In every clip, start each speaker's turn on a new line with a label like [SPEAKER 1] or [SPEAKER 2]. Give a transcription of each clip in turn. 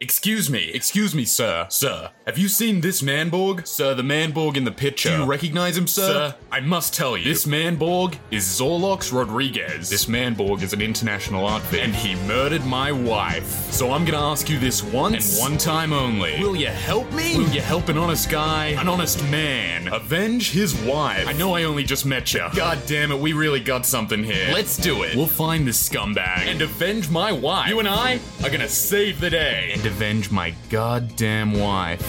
[SPEAKER 1] Excuse me, excuse me, sir, sir. Have you seen this manborg? Sir, the manborg in the picture. Do you recognize him, sir? Sir, I must tell you. This manborg is Zorlox Rodriguez. This manborg is an international art thief, and he murdered my wife. So I'm gonna ask you this once and one time only. Will you help me? Will you help an honest guy, an honest man, avenge his wife? I know I only just met you. God damn it, we really got something here. Let's do it. We'll find this scumbag and avenge my wife. You and I are gonna save the day and avenge my goddamn wife.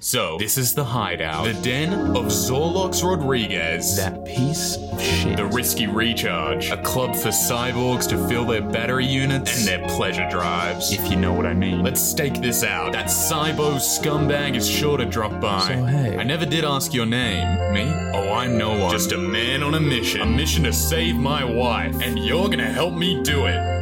[SPEAKER 1] So, this is the hideout. The den of Zorlox Rodriguez.
[SPEAKER 2] That piece of shit.
[SPEAKER 1] The Risky Recharge, a club for cyborgs to fill their battery units and their pleasure drives.
[SPEAKER 2] if you know what I mean.
[SPEAKER 1] Let's stake this out. That cybo scumbag is sure to drop by.
[SPEAKER 2] So, hey.
[SPEAKER 1] I never did ask your name. Me? Oh, I'm no one. Just a man on a mission. A mission to save my wife. And you're gonna help me do it.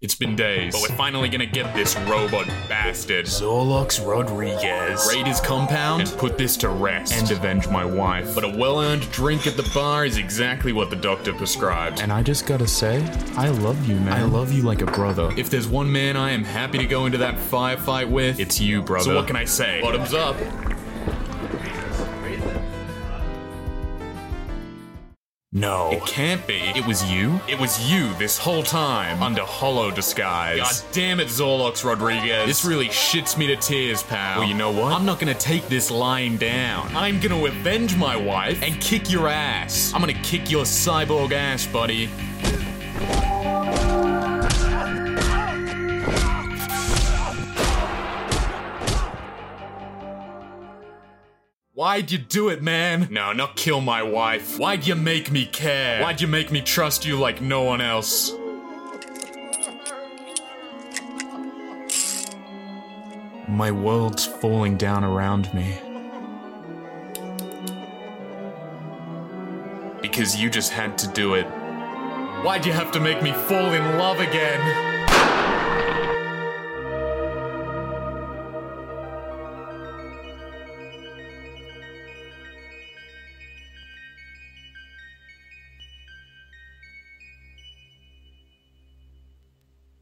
[SPEAKER 1] It's been days, but we're finally gonna get this robot bastard.
[SPEAKER 2] Zorlox Rodriguez.
[SPEAKER 1] Raid his compound and put this to rest and avenge my wife. But a well earned drink at the bar is exactly what the doctor prescribed.
[SPEAKER 2] And I just gotta say, I love you, man. I love you like a brother.
[SPEAKER 1] If there's one man I am happy to go into that firefight with, it's you, brother. So what can I say? Bottoms up. No. It can't be. It was you? It was you this whole time under hollow disguise. God damn it, Zorlox Rodriguez. This really shits me to tears, pal. Well, you know what? I'm not gonna take this lying down. I'm gonna avenge my wife and kick your ass. I'm gonna kick your cyborg ass, buddy. Why'd you do it, man? No, not kill my wife. Why'd you make me care? Why'd you make me trust you like no one else? My world's falling down around me. Because you just had to do it. Why'd you have to make me fall in love again?